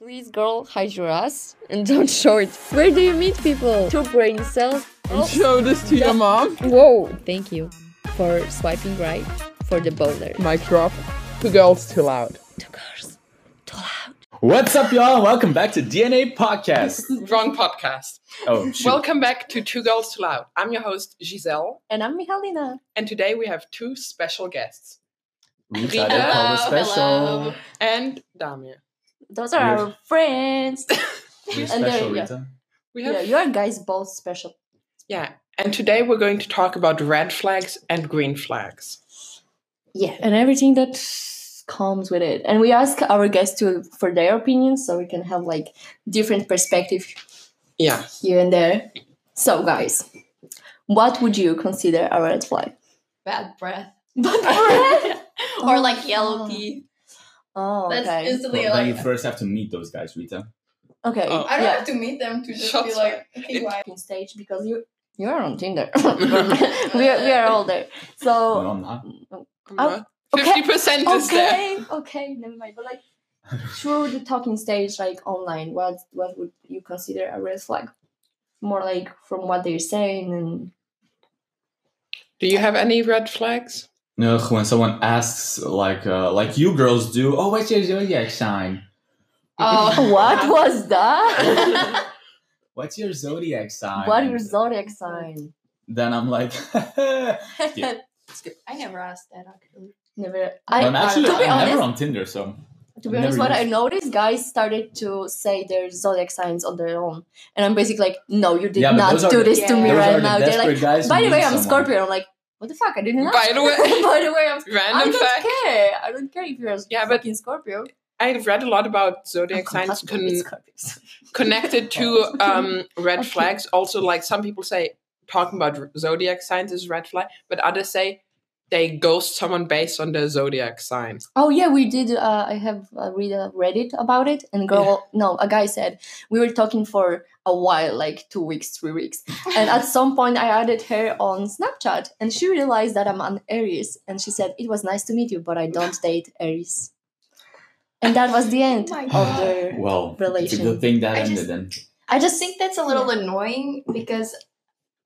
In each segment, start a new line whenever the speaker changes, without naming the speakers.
Please, girl, hide your ass and don't show it. Where do you meet people? Two brain cells.
And
Oh.
show this to your mom.
Whoa, thank you for swiping right for the boulder.
Mic drop. Two girls too loud.
Two girls, too loud.
What's up, y'all? and Welcome back to DNA Podcast.
Wrong podcast.
Oh, shoot.
Welcome back to Two Girls Too Loud. I'm your host, Giselle,
And I'm Mihalina.
and today we have two special guests
Rita de Paula
Hello,
special.
and Damir.
Those are
You're-
our friends.
You're
And there
special,
you go.
Rita.
We have
yeah, you are guys both special.
yeah, and today we're going to talk about red flags and green flags.
Yeah, and everything that comes with it. And we ask our guests to for their opinions, so we can have like different perspective
Yeah,
here and there. So, guys, what would you consider a red flag?
bad breath
Oh,
or like yellow
oh.
teeth.
Oh, okay.
That's instantly
Well, then you
like
first have to meet those guys, Rita.
okay.
Oh.
I don't
yeah.
have to meet them to just
Shots
be like, okay,
It-
why?
in stage because you you are on Tinder. we are we are all there.
No,
So
I'm not.
Oh, okay.
Uh, fifty percent is there.
okay, okay, never mind. But like through the talking stage, like online, what what would you consider a red flag? More like from what they're saying and
Do you have any red flags?
No, when someone asks, like, uh, like you girls do. Oh, what's your zodiac sign?
Oh,
what was that?
What's your zodiac sign?
what your zodiac sign?
Then I'm like, Yeah.
I never asked that actually.
Never. I
I'm actually
to be
I'm
honest,
never on Tinder, so
to be
I've
honest,
never
what I
used-
noticed, guys started to say their zodiac signs on their own, and I'm basically like, no, you did
Yeah, but
not
those are
do
the-
this to
Yeah.
me
those are
right
the
now. They're
desperate
like.
guys. who
By the
meet
way, I'm
someone.
Scorpio. I'm like, what the fuck? I didn't know.
By the way,
By the way, I'm. I
random
don't
fact.
care. I don't care if you're a
Yeah, but-
fucking Scorpio.
I've read a lot about zodiac signs
compatible
con-
with Scorpios.
connected to um, red
Okay.
flags. Also, like some people say, talking about r- zodiac signs is red flag, but others say they ghost someone based on their zodiac sign.
Oh yeah, we did. Uh, I have uh, read a Reddit about it, and girl, no, a guy said we were talking for a while, like two weeks, three weeks, and at some point I added her on Snapchat, and she realized that I'm an Aries, and she said it was nice to meet you, but I don't date Aries, and that was the end
Oh my
of
God.
their.
Well, it's a
Relation.
good thing that
I
ended
just-
then.
I just think that's a little annoying because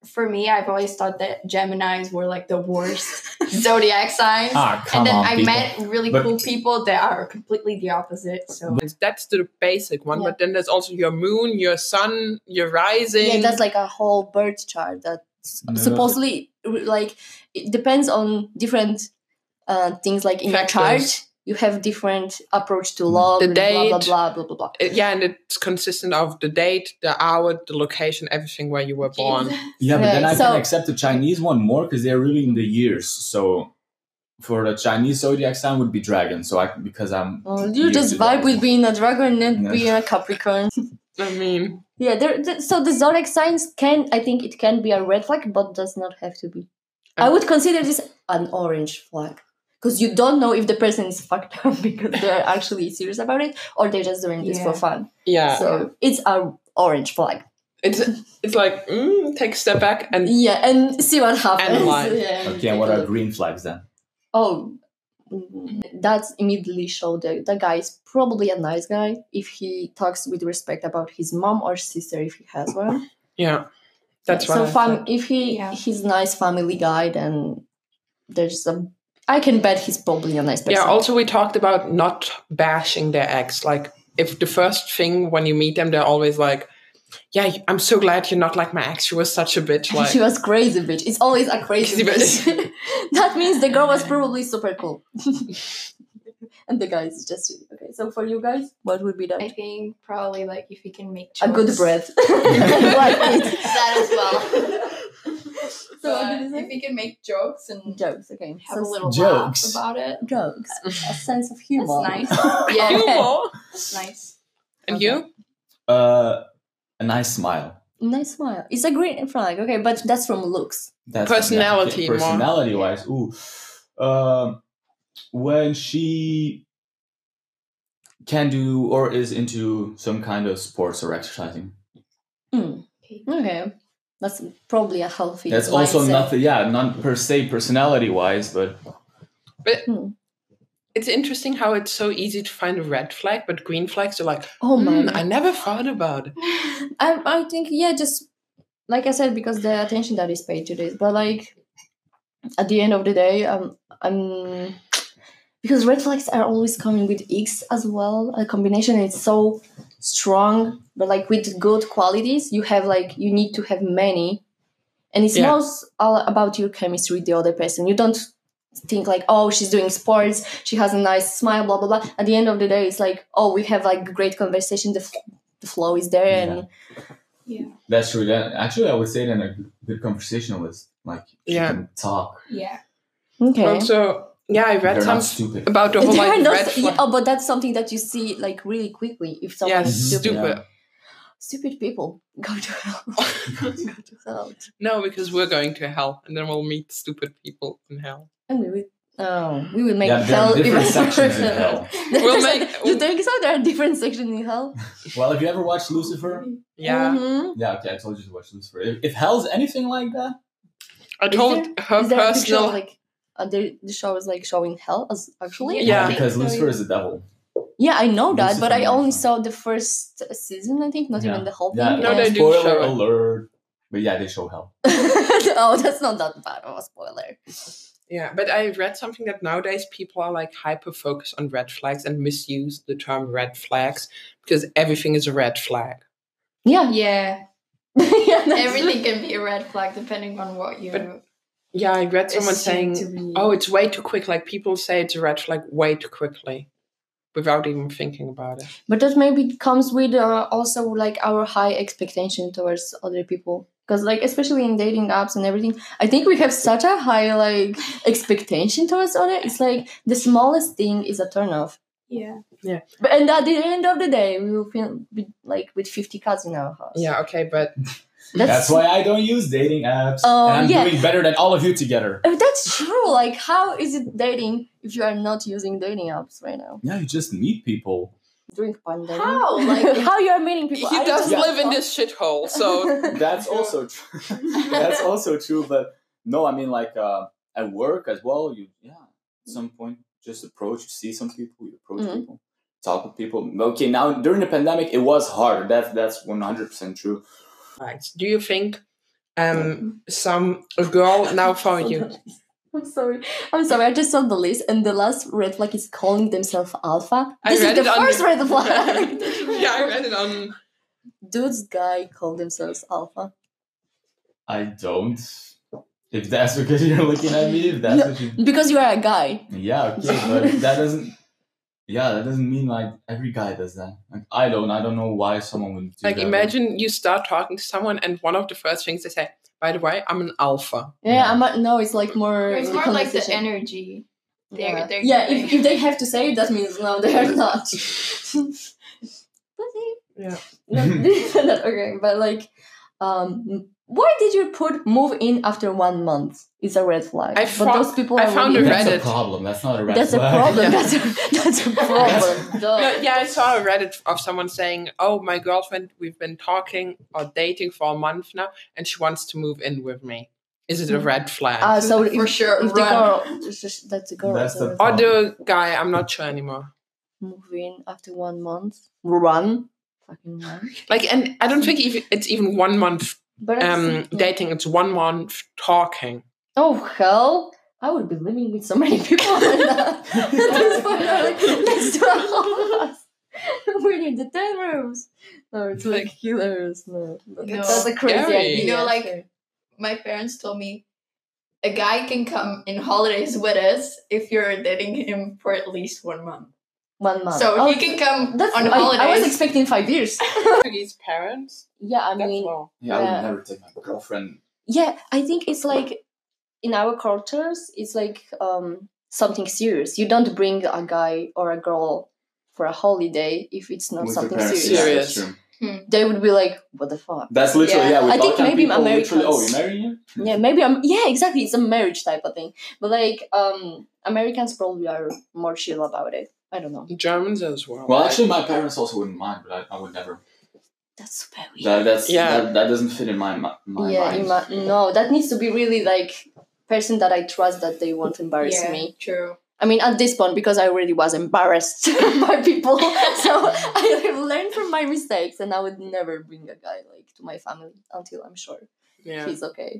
for me, I've always thought that Geminis were like the worst zodiac signs.
Ah, come
and then
on,
I
people.
met really
But-
cool people that are completely the opposite. So
That's the basic one,
Mm-hmm. Yeah.
but then there's also your moon, your sun, your rising.
Yeah, that's like a whole birth chart that
No, that's-
supposedly r- like it depends on different uh, things like in your chart
Factors.
you have different approach to love
The
and blah
date.
blah blah blah blah
Uh, yeah, and it's consistent of the date, the hour, the location, everything where you were born.
Yeah, but then
Right,
I
so-
can accept the Chinese one more because they're really in the years. So for the Chinese zodiac sign would be dragon. So I because I'm
blah. Uh, Oh, you
used
just
to
vibe
dragon.
with being a dragon and
Yeah.
being a capricorn
I mean,
yeah there th- so the zodiac signs can i think it can be a red flag but does not have to be i would consider this an orange flag because you don't know if the person is fucked up because they're actually serious about it or they're just doing this for
Yeah.
fun
yeah,
so it's a orange flag
it's it's like mm, take a step back and
yeah and see what happens
life.
Yeah.
Okay, and what are green flags then?
oh mm, that's immediately show that the guy is probably a nice guy if he talks with respect about his mom or sister if he has one
yeah, that's
so
what. I
fam-
thought.
if he
Yeah.
he's nice family guy then there's a i can bet he's probably a nice person
Yeah, also we talked about not bashing their ex. Like if the first thing when you meet them, they're always like, "Yeah, I'm so glad you're not like my ex. She was such a bitch." Like,
she was crazy bitch it's always a crazy
Crazy bitch.
bitch that means the girl was probably super cool and the guy is just okay so for you guys what would be that
I think probably like if you can make
a good
jokes.
breath like it.
that as well.
So what
But
did you say?
if you can make jokes and
jokes okay
have
So
a little
Jokes.
laugh about it,
jokes a sense of
that's
humor
nice.
you
yeah,
more.
that's nice.
And
Okay.
you?
Uh, a nice smile.
nice smile it's a green flag okay but that's from looks
That's
Personality more.
Personality wise, ooh, um, when she can do or is into some kind of sports or exercising.
Mm, okay that's probably a healthy
That's also
mindset.
nothing. Yeah, not per se personality wise, but
But
Hmm.
it's interesting how it's so easy to find a red flag, but green flags are like,
Oh my!
Mm.
"Hmm, I never thought about it.
I, I think yeah, just like I said, because the attention that is paid to this. But like at the end of the day, um, I'm because red flags are always coming with X as well. A combination is so strong, but like with good qualities, you have like you need to have many, and it's
Yeah.
most all about your chemistry with the other person. You don't think like oh she's doing sports she has a nice smile blah blah blah at the end of the day it's like oh we have like great conversation the, f- the flow is there and
That's true. That actually, I would say that a good conversationalist, like she
Yeah.
can talk.
yeah.
Okay.
Also, yeah, I read
They're
some
not stupid.
about the
There
whole like
are no-
red flag.
oh, but that's something that you see like really quickly if someone
Mhm.
Yeah,
is stupid.
stupid.
Stupid people go to hell. go to hell.
No, because we're going to hell and then we'll meet stupid people in hell.
And we will. Oh, we will make
yeah, there
hell
are different
even
sections in
worse.
hell.
We'll
There's
make-
a- you think so? There are different sections in hell.
Well, if you ever watched Lucifer,
Yeah.
Mhm.
yeah, okay, I told you to watch Lucifer. If, if hell's anything like that,
I
Is
told
there-
her
Is there a picture
personal
of, like uh, the, the show is like showing hell as actually?
Yeah.
because
So,
Lucifer
yeah.
is the devil.
Yeah, I know that, but I
Lucifer,
only
yeah.
saw the first season. I think not
Yeah.
even the whole
Yeah,
thing.
No,
and-
they do
spoiler
show it.
alert. But yeah, they show hell.
oh, that's not that bad of a spoiler.
Yeah, but I read something that nowadays people are like hyper focused on red flags and misuse the term red flags because everything is a red flag.
Yeah,
Yeah.
yeah that's-
Everything can be a red flag depending on what you
But Yeah, I read someone
assume to
saying,
be.
"Oh, it's way too quick." Like people say it's a red flag way too quickly, without even thinking about it.
But that maybe comes with uh, also like our high expectation towards other people. Because like especially in dating apps and everything, I think we have such a high like expectation towards other. It's like the smallest thing is a turnoff.
yeah.
But and at the end of the day, we will feel with, like with fifty cats in our house.
Yeah, okay, but
That's, why I don't use dating apps.
Oh,
and I'm
yeah.
doing better than all of you together.
Oh, that's true. Like, how is it dating if you are not using dating apps right now?
Yeah, you just meet people.
During pandemic,
How?
like
Like-
how you are meeting
he
people? I
does
just-
live in this shithole, so
That's also true. That's also true. But no, I mean like uh, at work as well. You yeah, at some point just approach, see some people, you approach
Mhm.
people, talk with people. Okay, now during the pandemic, it was hard. That's that's one hundred percent true.
Right. Do you think um some a girl now found you?
I'm sorry. I'm sorry. I just saw the list, and the last red flag is calling themselves alpha.
I
This
read
is
it
the
on-
first red flag.
yeah, I read it on.
Dudes, guy, call themselves alpha.
I don't. If that's because you're looking at me, if that's
No.
what you
Because you are a guy.
Yeah, okay, but that doesn't. Yeah, that doesn't mean like every guy does that. Like I don't. I don't know why someone would do
Like,
that.
imagine you start talking to someone, and one of the first things they say, "By the way, I'm an alpha."
Yeah,
Yeah.
I'm not, no, it's like more.
It's more like the
conversation.
energy. They're-
yeah,
they're-
yeah if, if they have to say it, that means no, they are not. Pussy.
Yeah.
No, not okay, but like, um, why did you put move in after one month? It's a red flag.
I
but
fo-
those people
I
are
found
really
a
not
That's a
Reddit.
problem. That's not a red
That's a
flag.
problem.
Yeah.
That's a that's a problem.
No,
Duh.
yeah, I saw a Reddit of someone saying, "Oh, my girlfriend, we've been talking or dating for a month now, and she wants to move in with me. Is it a red flag?"
Ah, so if,
For sure,
if the
run.
girl, it's just- that's a girl.
That's
so
the-
it's
or the guy, I'm not sure anymore.
move in after one month. Run, fucking run.
Like, and I don't think even, it's even one month
But I
um,
think-
dating; it's one month talking.
Oh hell! I would be living with so many people right now. At this point, I'm like, let's do a whole house. We need the ten rooms. No, it's like killers. No, that's a crazy
scary.
idea.
You know, like- My parents told me a guy can come in holidays with us if you're dating him for at least one month.
one month.
So
Oh,
he can come
that's
on
I,
holidays.
I was expecting five years.
His parents.
Yeah, I mean,
Yeah, I
Yeah.
would never take my girlfriend.
yeah, I think it's like in our cultures, it's like um something serious. You don't bring a guy or a girl for a holiday if it's not
with her
something
parents.
serious.
Yeah,
Serious.
that's true.
They would be like, "What the fuck."
That's literally yeah.
Yeah.
with
I think
Balkan
maybe
people, literally, Oh,
Americans-
you marrying him?
Yeah, maybe I'm. Yeah, exactly. It's a marriage type of thing. But like, um, Americans probably are more chill about it. I don't know.
Germans as well.
Well,
right?
actually, my parents also wouldn't mind, but I, I would never.
That's super weird.
That that's
Yeah.
that, that doesn't fit in my mi- my
yeah,
mind.
in my, no, that needs to be really like person that I trust that they won't embarrass
yeah,
me.
true.
I mean, at this point, because I already was embarrassed by people, so I have learned from my mistakes, and I would never bring a guy like to my family until I'm sure
Yeah,
he's okay.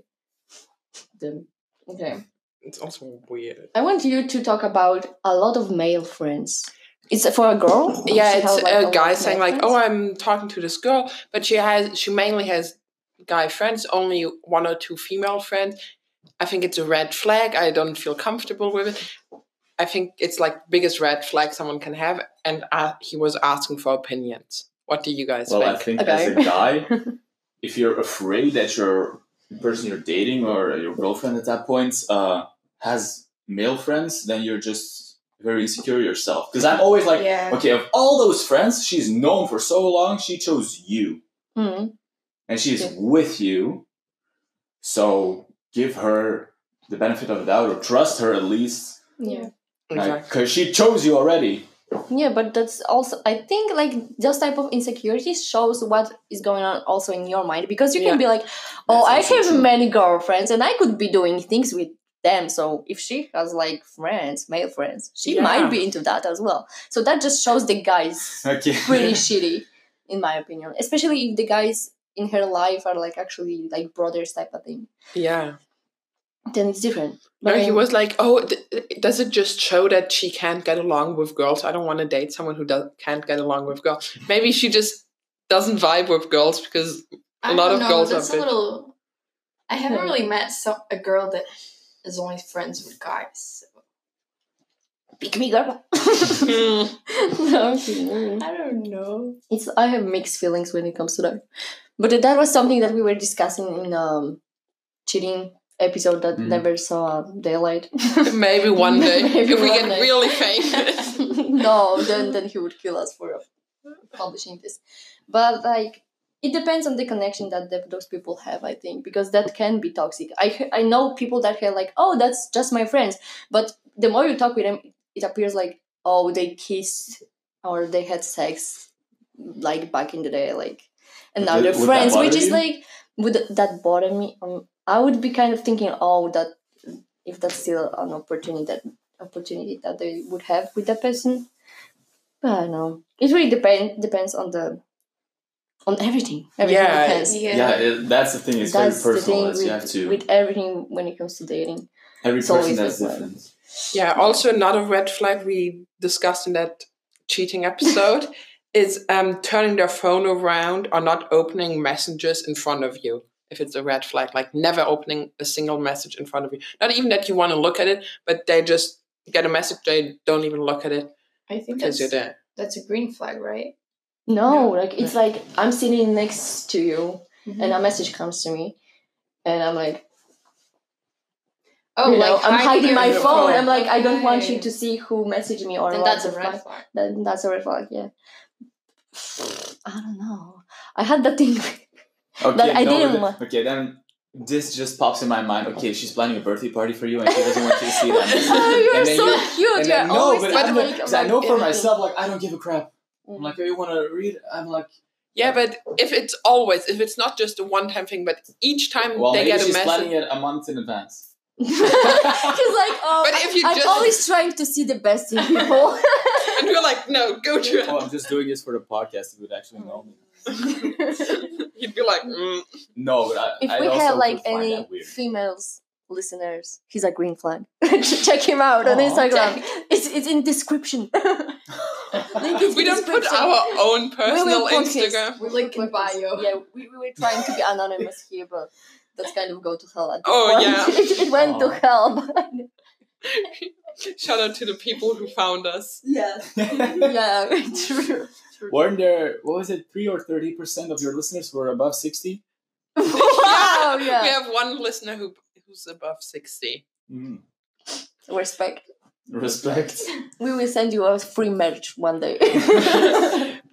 Then, okay,
it's also weird.
I want you to talk about a lot of male friends. It's for a girl.
Yeah,
She
it's
has, like,
a
lot
guy
of
saying
male
like,
friends?
"Oh, I'm talking to this girl, but she has she mainly has guy friends, only one or two female friends." I think it's a red flag. I don't feel comfortable with it. I think it's like biggest red flag someone can have, and uh, he was asking for opinions. What do you guys
Well, I
think?
think
a
as a guy, if you're afraid that your the person you're dating or your girlfriend at that point uh, has male friends, then you're just very insecure yourself. Because I'm always like,
Yeah.
okay, of all those friends, she's known for so long, she chose you,
Mhm.
and she's
Yeah.
with you. So give her the benefit of the doubt, or trust her at least,
yeah.
because she chose you already.
Yeah, but that's also I think like this type of insecurity shows what is going on also in your mind because you can
Yeah.
be like, oh,
That's
I
also
have
true.
many girlfriends and I could be doing things with them. So if she has like friends, male friends, she
Yeah.
might be into that as well. So that just shows the guys
Okay.
pretty shitty, in my opinion. Especially if the guys in her life are like actually like brothers type of thing,
Yeah.
then it's different.
No, he
I'm-
was like, "Oh, th- th- does it just show that she can't get along with girls? I don't want to date someone who does, can't get along with girls. Maybe she just doesn't vibe with girls because
I
A lot
don't
of
know,
girls Hmm.
that's
are
a
bitch.
little. I haven't
Yeah.
really met so, a girl that is only friends with guys.
pick me girl.
Mm,
No, I'm kidding.
I don't know.
it's I have mixed feelings when it comes to that. But that was something that we were discussing in um cheating episode that
Mhm.
never saw daylight.
maybe one day
Maybe
if we
one
get
day.
really famous.
no, then then he would kill us for uh, publishing this. But like it depends on the connection that the, those people have, I think, because that can be toxic. I he- I know people that are like, oh, that's just my friends, but the more you talk with them, it appears like, oh, they kissed or they had sex, like back in the day, like, and now
Would-
they're
would that
friends, which
bother
is
you?
like, would that bother me? Um, I would be kind of thinking, oh, that if that's still an opportunity that opportunity that they would have with that person. But I don't know. It really depend depends on the on everything. Everything
Yeah,
depends.
Yeah.
Yeah, it, that's the thing. It's
That's
very
the
personal.
thing
it's-
with,
you have to
with everything when it comes to dating.
every
it's always
person that's
like that.
different.
Yeah. Also, another red flag we discussed in that cheating episode is um, turning their phone around or not opening messages in front of you. If it's a red flag, like never opening a single message in front of you. Not even that you want to look at it, but they just get a message. They don't even look at it
I think
because
that's,
you're there.
that's a green flag, right?
No,
Yeah.
like it's like I'm sitting next to you and
And
a message comes to me and I'm like
oh,
you know, I'm hiding my
your
phone. I'm like I don't want you to see who messaged me or
Then
what
that's
the
a
fuck.
red flag.
then that's a red flag, yeah. I don't know. I had that thing.
Okay,
That I
no,
didn't
but-
want-
Okay, then this just pops in my mind. Okay, she's planning a birthday party for you, and she doesn't want you to see that.
oh, you're
And then
so
you-
cute.
and
You're
then, no,
always
but
like,
I'm like, 'cause I know for
everything.
myself, like I don't give a crap. I'm like, oh, you want to read? I'm like,
Yeah, but if it's always, if it's not just a one-time thing, but each time
well,
they
maybe
get a
she's
message,
planning it a month in advance.
He's like, oh,
But if you
I'm
just-
always trying to see the best in people.
and you're like, no, go to
oh, I'm just doing this for the podcast. It would actually know me.
You'd be like, mm,
No, but I,
if
I
we
also
had like
would find
any
that weird.
females listeners, he's a green flag. Check him out on
Aw.
Instagram. It's it's in description. Link is
we
in
don't put
description.
our own
We
personal
will put his-
Instagram.
we will
Link in
put his-
bio.
Yeah, we, we were trying to be anonymous here, but that's kind of go to hell. At this
Oh,
point.
yeah.
it, it went to
Aw.
hell. but-
Shout out to the people who found us.
yeah, yeah, true.
Weren't there? What was it? Three or thirty percent of your listeners were above sixty.
wow,
We
yeah.
have one listener who who's above sixty.
Mm.
Respect.
Respect.
We will send you a free merch one day.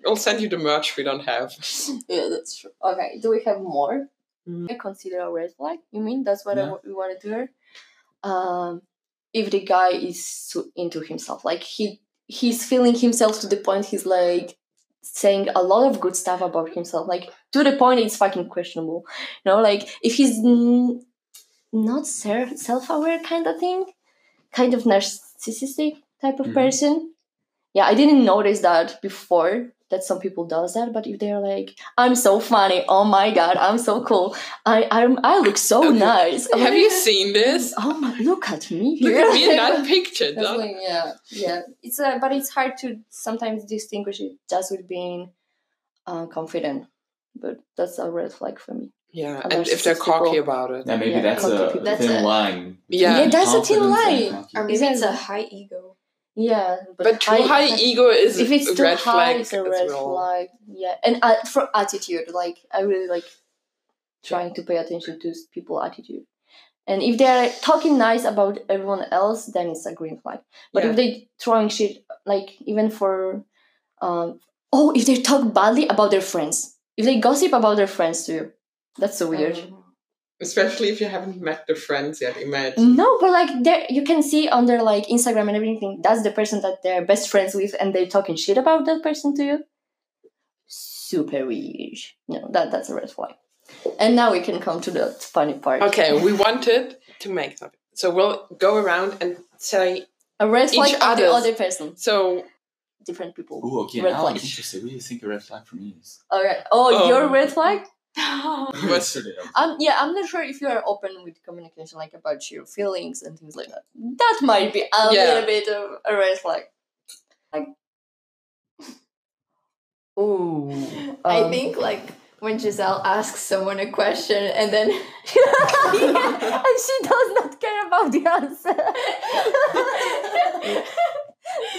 we'll send you the merch we don't have.
yeah, that's true. Okay, do we have more?
Mm.
I consider a red flag. You mean that's what I
Yeah.
wa- we wanted to hear? Um, if the guy is so into himself, like he he's feeling himself to the point he's like saying a lot of good stuff about himself, like to the point it's fucking questionable. You know, like if he's n- not self self aware kind of thing, kind of narciss narcissistic type of
Mhm.
person. Yeah, I didn't notice that before that some people does that, but if they're like, I'm so funny, oh my god, I'm so cool, I I'm, I look so
Okay.
nice. I'm
Have
like,
you seen this?
Oh my, look at me
Look
here.
at me in that picture.
That's
Donna.
like, yeah, yeah. It's uh, but it's hard to sometimes distinguish it just with being uh, confident. But that's a red flag for me.
Yeah,
Other
and if they're cocky
people.
about it.
Yeah, maybe
Yeah,
that's
cocky
a
people.
That's
thin
a-
line.
Yeah.
Yeah, that's a thin
Confidence and
line.
Or
cocky.
maybe it's a
Exactly.
high ego.
Yeah,
But too high
I-
ego is
If
a
it's too
red
high,
flag
it's a
as
red
well.
flag. Yeah, and uh, for attitude, like I really like trying to pay attention to people attitude. And if they're talking nice about everyone else, then it's a green flag. But
Yeah.
if they throwing shit, like even for, um, oh, if they talk badly about their friends, if they gossip about their friends to you, that's so weird.
Especially if you haven't met the friends yet, imagine.
No, but like there, you can see on their like Instagram and everything. That's the person that they're best friends with, and they're talking shit about that person to you. Super weird. No, that that's a red flag. And now we can come to the funny part.
Okay, we wanted to make something. So we'll go around and say,
a red
Each
flag of the
other's.
other person.
so
Different people.
Ooh, okay,
Um, Red
now I'm
flag.
interested. What do you think a red flag for me is?
All right. Oh,
Oh.
your red flag.
What's-
Yesterday, I was-
Um, yeah, I'm not sure if you are open with communication, like about your feelings and things like that. That might be a
Yeah.
little bit of a red flag. Like, ooh,
I
um,
think like when Giselle asks someone a question and then
yeah, and she does not care about the answer.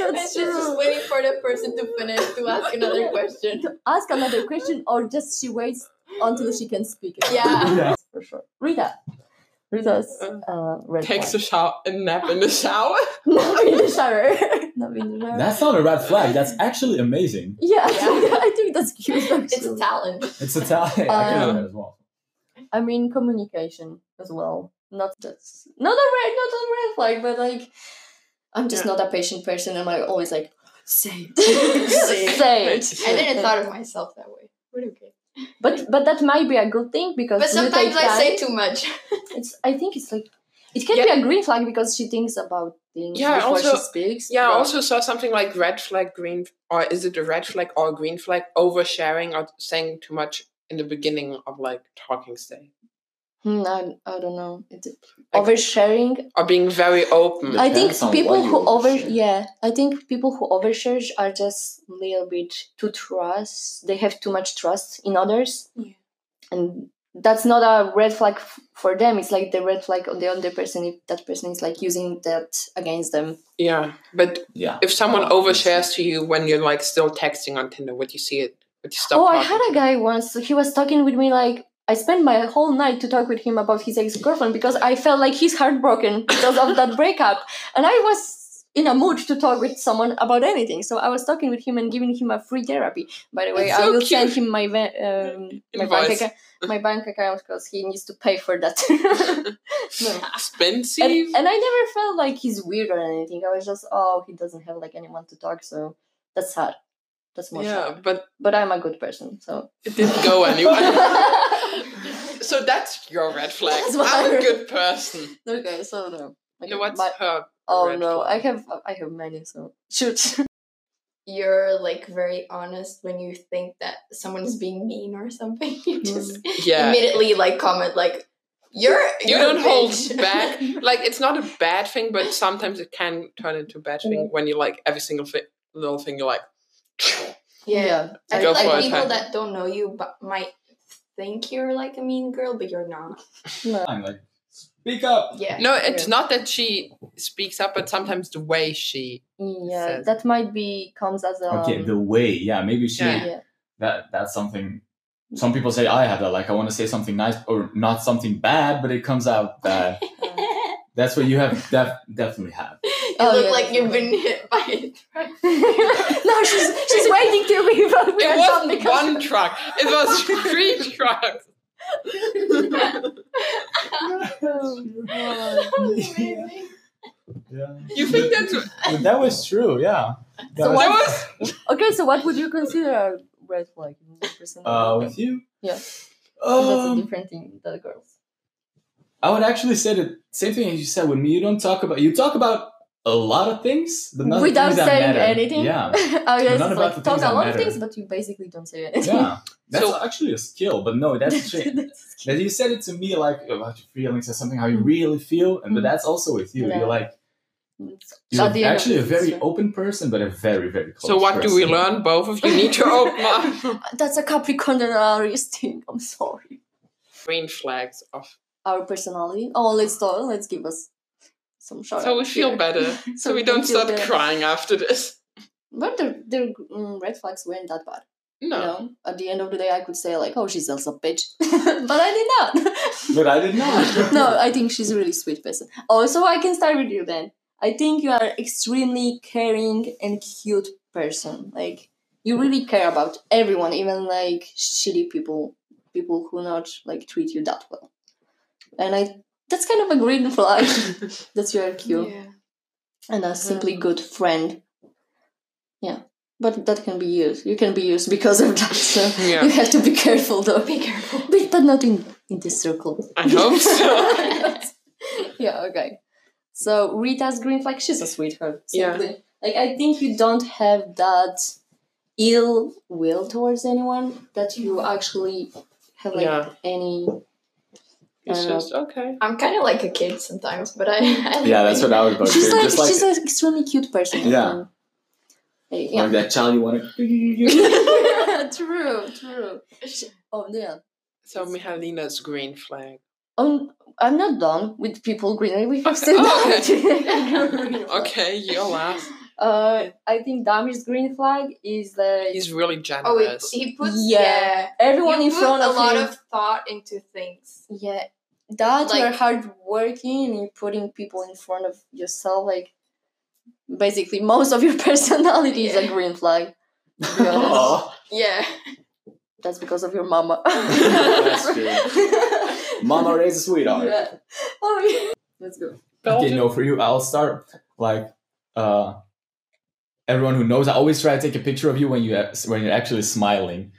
and
That's
she's
true.
just waiting for the person to finish to ask another question.
Ask another question, or just she waits until she can speak.
Yeah.
for sure. Rita, Rita's uh, red
takes a,
flag.
shower, a nap in the shower.
not in the shower. not in the shower.
That's not a red flag. That's actually amazing.
Yeah, I
Yeah.
think- I think that's cute.
It's a
Actually.
talent.
It's a talent. I can
Um,
do that as well.
I mean, communication as well. Not just not a red, not a red flag, but like I'm just not a patient person, and I always like say it, say it.
I didn't thought of myself that way. But okay.
But but that might be a good thing because
But
you
sometimes
take
I say
time.
too much.
it's. I think it's like it can be a green flag because she thinks about things
Yeah,
before
also-
she speaks.
Yeah, I
but-
also saw something like red flag, green, or is it a red flag or a green flag? Oversharing or saying too much in the beginning of like talking stage,
Hmm, I, I don't know. It's
Like-
oversharing
or being very open.
I think
Depends on
people
what you
who over
overshare.
yeah, I think people who overshare are just a little bit too trust. They have too much trust in others,
Yeah.
and that's not a red flag f- for them. It's like the red flag on the other person if that person is like using that against them.
yeah, but
Yeah.
if someone
Oh,
overshares to you when you're like still texting on Tinder, would you see it? Would you stop?
oh, I
talking
had a guy once. He was talking with me like. I spent my whole night to talk with him about his ex girlfriend because I felt like he's heartbroken because of that breakup. And I was in a mood to talk with someone about anything. So I was talking with him and giving him a free therapy. By the way,
That's
I
so
will
cute.
send him my, va- um, my, bank,
Invoice.
account, my bank account because he needs to pay for that. No.
Expensive.
and, and I never felt like he's weird or anything. I was just, oh, he doesn't have like anyone to talk. So that's sad. That's more sad.
yeah, but
But I'm a good person. So.
it didn't go anywhere. so that's your red flag.
That's my
I'm a
red-
good person.
Okay, so no. Okay,
No, what's
my-
her?
oh
red
no,
flag?
I have I have many. So shoot.
You're like very honest when you think that someone is being mean or something.
Mm.
You just
Yeah.
immediately like comment like you're
you
you're a
don't hold
bitch."
back. Like it's not a bad thing, but sometimes it can turn into a bad thing when you like every single thi- little thing. You're like,
yeah. I
Go
feel
for it,
like people
huh?
that don't know you but might think you're like a mean girl, but you're not.
I'm like, speak up.
Yeah.
no, it's not that she speaks up, but sometimes the way she.
Yeah,
Says-
that might be comes as a
okay, the way. Yeah, maybe she.
Yeah.
um, yeah.
That that's something. Some people say I have that. Like I want to say something nice or not something bad, but it comes out bad.
you
That's what you have. Def- definitely have.
Oh,
look
yeah,
like you've
definitely.
been hit by a truck.
no, she's she's waiting to be from
It wasn't one truck. It was three trucks.
Amazing.
Yeah.
You think that's
But that was true. Yeah. That
So
was-
what-
that was?
Okay, so what would you consider a red flag? in the person?
uh, with you.
Yeah. that's a
Um,
different thing than girls.
I would actually say the same thing as you said with me. You don't talk about. You talk about a lot of things, but not the
Without
things that
saying
matter.
anything? Oh,
Yeah,
I guess
not
it's like
about the
talk
things that
a lot of
matter.
things, but you basically don't say anything.
yeah. That's
So-
actually a skill, but no, that's a shame. That you said it to me like about your feelings and something how you really feel, and but
Mm.
that's also with you.
Yeah.
You're like
So
you're
at the end of
actually a
it,
very
it's-
open person, but a very very close.
So what do we
person.
learn? Both of you need to open up.
That's a Capricorn and Aries thing. I'm sorry.
Green flags off.
Our personality. Oh, let's talk. Let's give us some shout
So we
out
feel
here.
better. So we don't
feel
start
better.
crying after this.
But the, the mm, red flags weren't that bad. You
No.
know? At the end of the day, I could say like, "Oh, she's also a bitch," but I did not.
But I didn't know.
no, I think she's a really sweet person. Also, I can start with you then. I think you are extremely caring and cute person. Like you really care about everyone, even like shitty people, people who not like treat you that well. And I that's kind of a green flag that you are cute
Yeah.
and a simply
Mm.
good friend. Yeah. But that can be used. You can be used because of that. So
Yeah.
you have to be careful though. Be careful. But, but not in, in this circle.
I hope so.
yeah, okay. So Rita's green flag, she's a sweetheart.
Yeah.
simply. Like I think you don't have that ill will towards anyone that you actually have like
Yeah.
any
It's
I don't
just okay.
I'm kind of like a kid sometimes, but I. I
yeah, that's what I was about to
She's
say.
like,
Just like,
she's an extremely cute person. I
Yeah.
think. Like,
like that child you want to.
yeah. true, true. She, oh yeah.
So Mihalina's green flag.
Um, I'm not done with people green. We have still
Oh,
okay.
Okay, you're last.
Uh, I think Damir's green flag is like
He's really
Oh, he,
generous.
he puts
Yeah.
yeah.
everyone
You
in
put
front
a
of
lot
him.
of thought into things.
yeah, that
Like-
you're hard working and you're putting people in front of yourself. Like basically, most of your personality is a green flag. Yeah.
Aw,
Yeah.
That's because of your mama.
That's Mama raised a sweetheart.
Yeah. Oh, yeah. Let's go.
Okay, no, for you, I'll start like uh, everyone who knows. I always try to take a picture of you when you when you're actually smiling.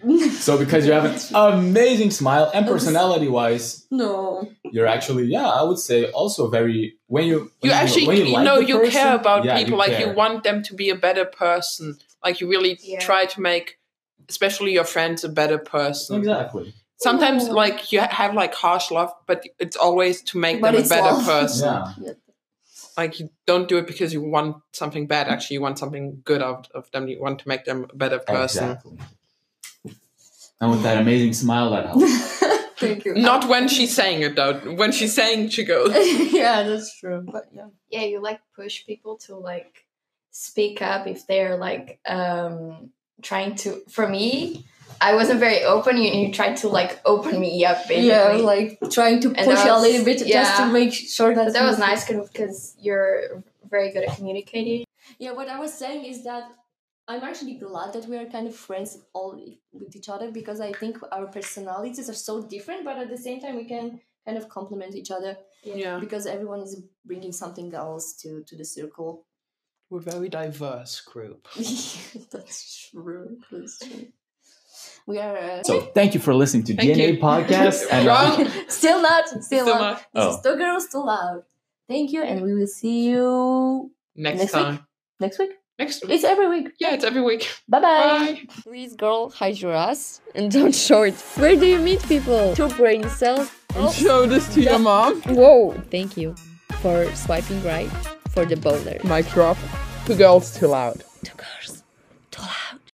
So because you have an amazing smile and personality wise,
no.
you're actually yeah, I would say also very when you when
you actually
when
you,
like
know
the
you
person,
care about
yeah,
people like you
care.
want them to be a better person like you really
Yeah.
try to make especially your friends a better person
exactly
sometimes
Yeah.
like you ha- have like harsh love but it's always to make
But
them a
it's
better
love.
person
yeah
Yeah.
like you don't do it because you want something bad actually you want something good out of them you want to make them a better person
exactly. And with that amazing smile that helps.
Thank you.
not when she's saying it though when she's saying she goes
yeah, that's true. But yeah.
Yeah, you like push people to like speak up if they're like um trying to. For me, I wasn't very open. You, you tried to like open me up basically.
Yeah, like trying to push
And that
a
was-
little bit just to
yeah.
make sure that
But that was nice because you're very good at communicating.
Yeah, what I was saying is that I'm actually glad that we are kind of friends all with each other because I think our personalities are so different, but at the same time we can kind of complement each other
yeah
because everyone is bringing something else to to the circle.
we're a very diverse group
That's true. That's true. We are uh,
So thank you for listening to
Thank
DNA
you.
podcast. And uh,
Wrong.
still not, still,
So
not.
much.
This
Oh.
is two girls too loud. Thank you, and we will see you
next,
Next week?
time
next week.
next week
It's every week.
yeah it's every week
Bye
bye
Please, girl, hide your ass and don't show it. Where do you meet people? Two brain cells.
And show this to your mom.
Whoa, thank you for swiping right for the boulder.
Mic drop. Two girls too loud.
Two girls.